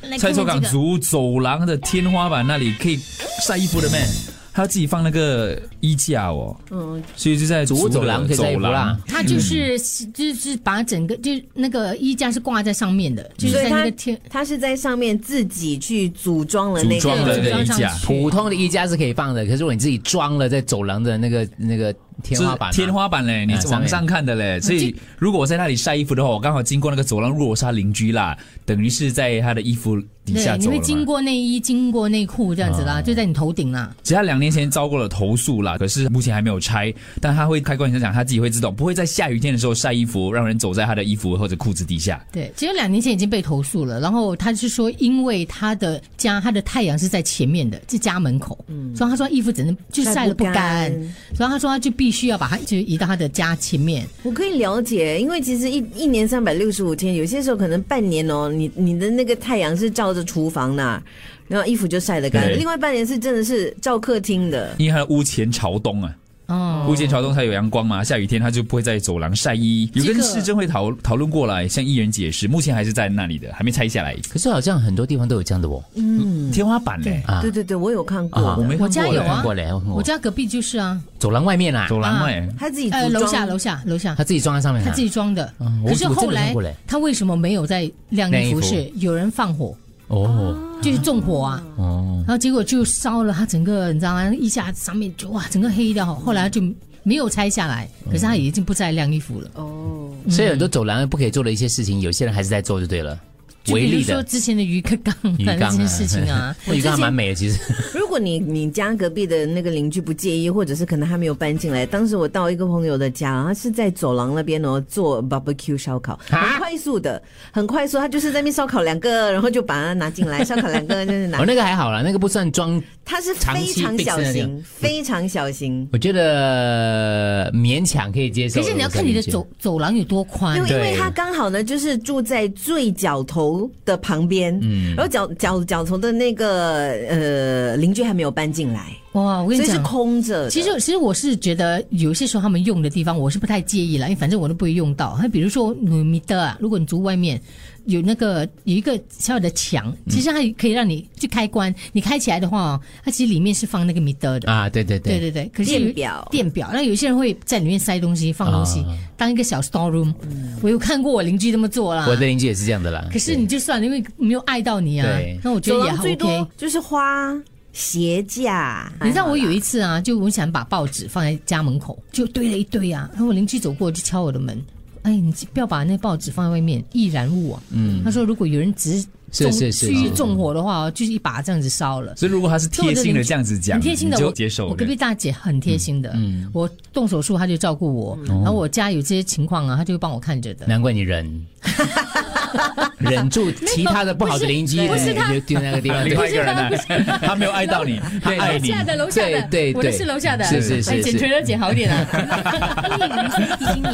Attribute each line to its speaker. Speaker 1: 哎
Speaker 2: 来
Speaker 3: 菜
Speaker 2: 看
Speaker 3: 市
Speaker 2: 看
Speaker 3: 港
Speaker 2: 这个
Speaker 3: 族走廊的天花板那里可以晒衣服的咩？他自己放那个衣架哦，
Speaker 1: 嗯，
Speaker 3: 所以就在
Speaker 4: 族
Speaker 3: 的
Speaker 4: 走廊可以晒衣
Speaker 3: 走
Speaker 4: 服啦
Speaker 3: 廊。
Speaker 1: 它就是就是把整个就是那个衣架是挂在上面的，就是
Speaker 5: 所以
Speaker 1: 在那
Speaker 5: 他
Speaker 1: 个天
Speaker 5: 他是在上面自己去组装了那
Speaker 3: 组
Speaker 5: 个
Speaker 3: 装的
Speaker 1: 对
Speaker 3: 那个衣
Speaker 1: 组装
Speaker 3: 架
Speaker 1: 上，去
Speaker 4: 普通的衣架是可以放的，可是如果你自己装了在走廊的那个那个天花板啊、
Speaker 3: 是天花板嘞，你是
Speaker 4: 上面
Speaker 3: 往上看的
Speaker 1: 嗯
Speaker 3: 嘞。所以如果我在那里晒衣服的话，我刚好经过那个走廊，如果我是他邻居啦，等于是在他的衣服底下
Speaker 1: 对，你
Speaker 3: 走了啊
Speaker 1: 会
Speaker 3: 嘛。
Speaker 1: 经过内衣、经过内裤这样子啦，就在你头顶啦。
Speaker 3: 其实他两年前遭过了投诉啦，可是目前还没有拆。但他会开关想讲，他自己会自动，不会在下雨天的时候晒衣服，让人走在他的衣服或者裤子底下。
Speaker 1: 对，其实两年前已经被投诉了，然后他是说，因为他的家他的太阳是在前面的，是家门口，所以他说衣服只能就晒了不干
Speaker 5: 嗯晒不，
Speaker 1: 所以他说他就必须要把它就移到他的家前面。
Speaker 5: 我可以了解，因为其实一一年三百六十五天，有些时候可能半年哦，你你的那个太阳是照着厨房那儿，然后衣服就晒得干；
Speaker 3: 对
Speaker 5: 另外半年是真的是照客厅的。
Speaker 3: 因为他的屋前朝东啊，
Speaker 1: 哦，
Speaker 3: 屋前朝东才有阳光嘛，下雨天他就不会在走廊晒衣。有
Speaker 1: 这
Speaker 3: 跟
Speaker 1: 个
Speaker 3: 市政会讨讨论过来，向议员解释，目前还是在那里的，还没拆下来。
Speaker 4: 可是好像很多地方都有这样的哦。
Speaker 3: 天花板嘞，
Speaker 4: 啊
Speaker 5: 对对对，我有看过，
Speaker 4: 啊
Speaker 3: 我没看过
Speaker 1: 嗯我家有
Speaker 4: 看
Speaker 1: 啊
Speaker 4: 过嘞，我看过
Speaker 1: 我家隔壁就是啊，
Speaker 4: 走廊外面啊，
Speaker 3: 走廊哎、
Speaker 5: 他自己组
Speaker 1: 呃，
Speaker 5: 装
Speaker 1: 楼下楼下楼下
Speaker 4: 他，自己装在上面、啊，
Speaker 1: 他自己装的。
Speaker 4: 嗯我
Speaker 1: 可是
Speaker 4: 我真的
Speaker 1: 后
Speaker 4: 看
Speaker 1: 来
Speaker 4: 过嘞
Speaker 1: 他为什么没有在晾衣服？
Speaker 4: 晾
Speaker 1: 是
Speaker 4: 衣
Speaker 1: 有人放火，
Speaker 4: 哦
Speaker 1: 就是纵火啊。
Speaker 4: 哦，
Speaker 1: 然后结果就烧了他整个，你知道吗？一下子上面就哇，整个黑掉。后来就没有拆下来，
Speaker 4: 嗯
Speaker 1: 可是他已经不再晾衣服了。
Speaker 5: 哦，
Speaker 4: 所以很多走廊不可以做的一些事情，有些人还是在做就对了，
Speaker 1: 就
Speaker 4: 违
Speaker 1: 比如
Speaker 4: 例
Speaker 1: 说
Speaker 4: 的
Speaker 1: 之前的鱼缸
Speaker 4: 鱼
Speaker 1: 的
Speaker 4: 缸
Speaker 1: 那些
Speaker 4: 啊
Speaker 1: 事情 啊，
Speaker 4: 那鱼缸还蛮美的，其实
Speaker 5: 如果你你家隔壁的那个邻居不介意，或者是可能还没有搬进来，当时我到一个朋友的家，他是在走廊那边哦做 barbecue 烧烤，很快速的，很快速，他就是在那边烧烤两个，然后就把它拿进来，烧烤两个就是拿
Speaker 4: 哦那个还好啦，那个不算装。
Speaker 5: 它是非
Speaker 4: 长
Speaker 5: 常小
Speaker 4: 期 fix 的那
Speaker 5: 型，
Speaker 4: 种
Speaker 5: 非常小型。
Speaker 4: 我觉得勉强可以接受。
Speaker 1: 可是你要看你的走走廊有多宽
Speaker 5: 因为。因为
Speaker 4: 嗯对
Speaker 5: 它刚好呢，就是住在最角头的旁边，嗯，然后角角角头的那个呃邻居还没有搬进来，
Speaker 1: 哇，我跟你
Speaker 5: 所以是
Speaker 1: 讲。
Speaker 5: 空着的。
Speaker 1: 其实，其实我是觉得有些时候他们用的地方，我是不太介意啦，因为反正我都不会用到。那比如说努米德啊，如果你住外面有那个有一个小小的墙，
Speaker 4: 嗯
Speaker 1: 其实它可以让你去开关，你开起来的话哦，它其实里面是放那个米德的。
Speaker 4: 啊，对对
Speaker 1: 对对对，可是
Speaker 5: 电
Speaker 1: 有
Speaker 5: 表
Speaker 1: 电表，那有些人会在里面塞东西、放东西，
Speaker 4: 啊
Speaker 1: 当一个小 store room、我
Speaker 5: 嗯
Speaker 1: 有看过我邻居这么做啦
Speaker 4: 我。的邻居也是这样的啦。
Speaker 1: 可是你就算了，因为没有碍到你啊
Speaker 4: 对。
Speaker 1: 那我觉
Speaker 5: 走
Speaker 1: 得也
Speaker 5: 廊
Speaker 1: 还
Speaker 5: 最
Speaker 1: OK
Speaker 5: 多。就是花鞋架，
Speaker 1: 你知道我有
Speaker 5: 一
Speaker 1: 一次啊，就我想把报纸放在家门口，就堆了一堆啊。然后我邻居走过就敲我的门，哎，你不要把那报纸放在外面，易燃物啊。嗯，他说如果有人只是
Speaker 4: 是
Speaker 1: 纵
Speaker 4: 是是
Speaker 1: 蓄意
Speaker 4: 是
Speaker 1: 纵火的话哦，就是一把这样子烧了。
Speaker 3: 所以如果他是贴心的这样子讲，
Speaker 1: 很贴心的，
Speaker 3: 你
Speaker 1: 我
Speaker 3: 就接受
Speaker 1: 我隔
Speaker 3: 的
Speaker 1: 壁。大姐很贴心的，我动手术她就照顾我，然后我家有这些情况啊，她就会帮我看着的。
Speaker 4: 难怪 你忍，忍住其他的不好的邻居，
Speaker 1: 不是不是他
Speaker 4: 你就丢在那个地方。
Speaker 3: 另外一
Speaker 4: 对
Speaker 3: 个人呢、啊
Speaker 1: 啊
Speaker 3: 他没有爱到你，他
Speaker 4: 对
Speaker 3: 爱
Speaker 1: 楼
Speaker 3: 你。
Speaker 1: 下的楼下的，
Speaker 4: 对对
Speaker 1: 我的
Speaker 4: 对
Speaker 1: 是楼下的，
Speaker 4: 是是是
Speaker 1: 哎剪
Speaker 4: 是
Speaker 1: 锤要剪好一点啊。
Speaker 5: 提醒你。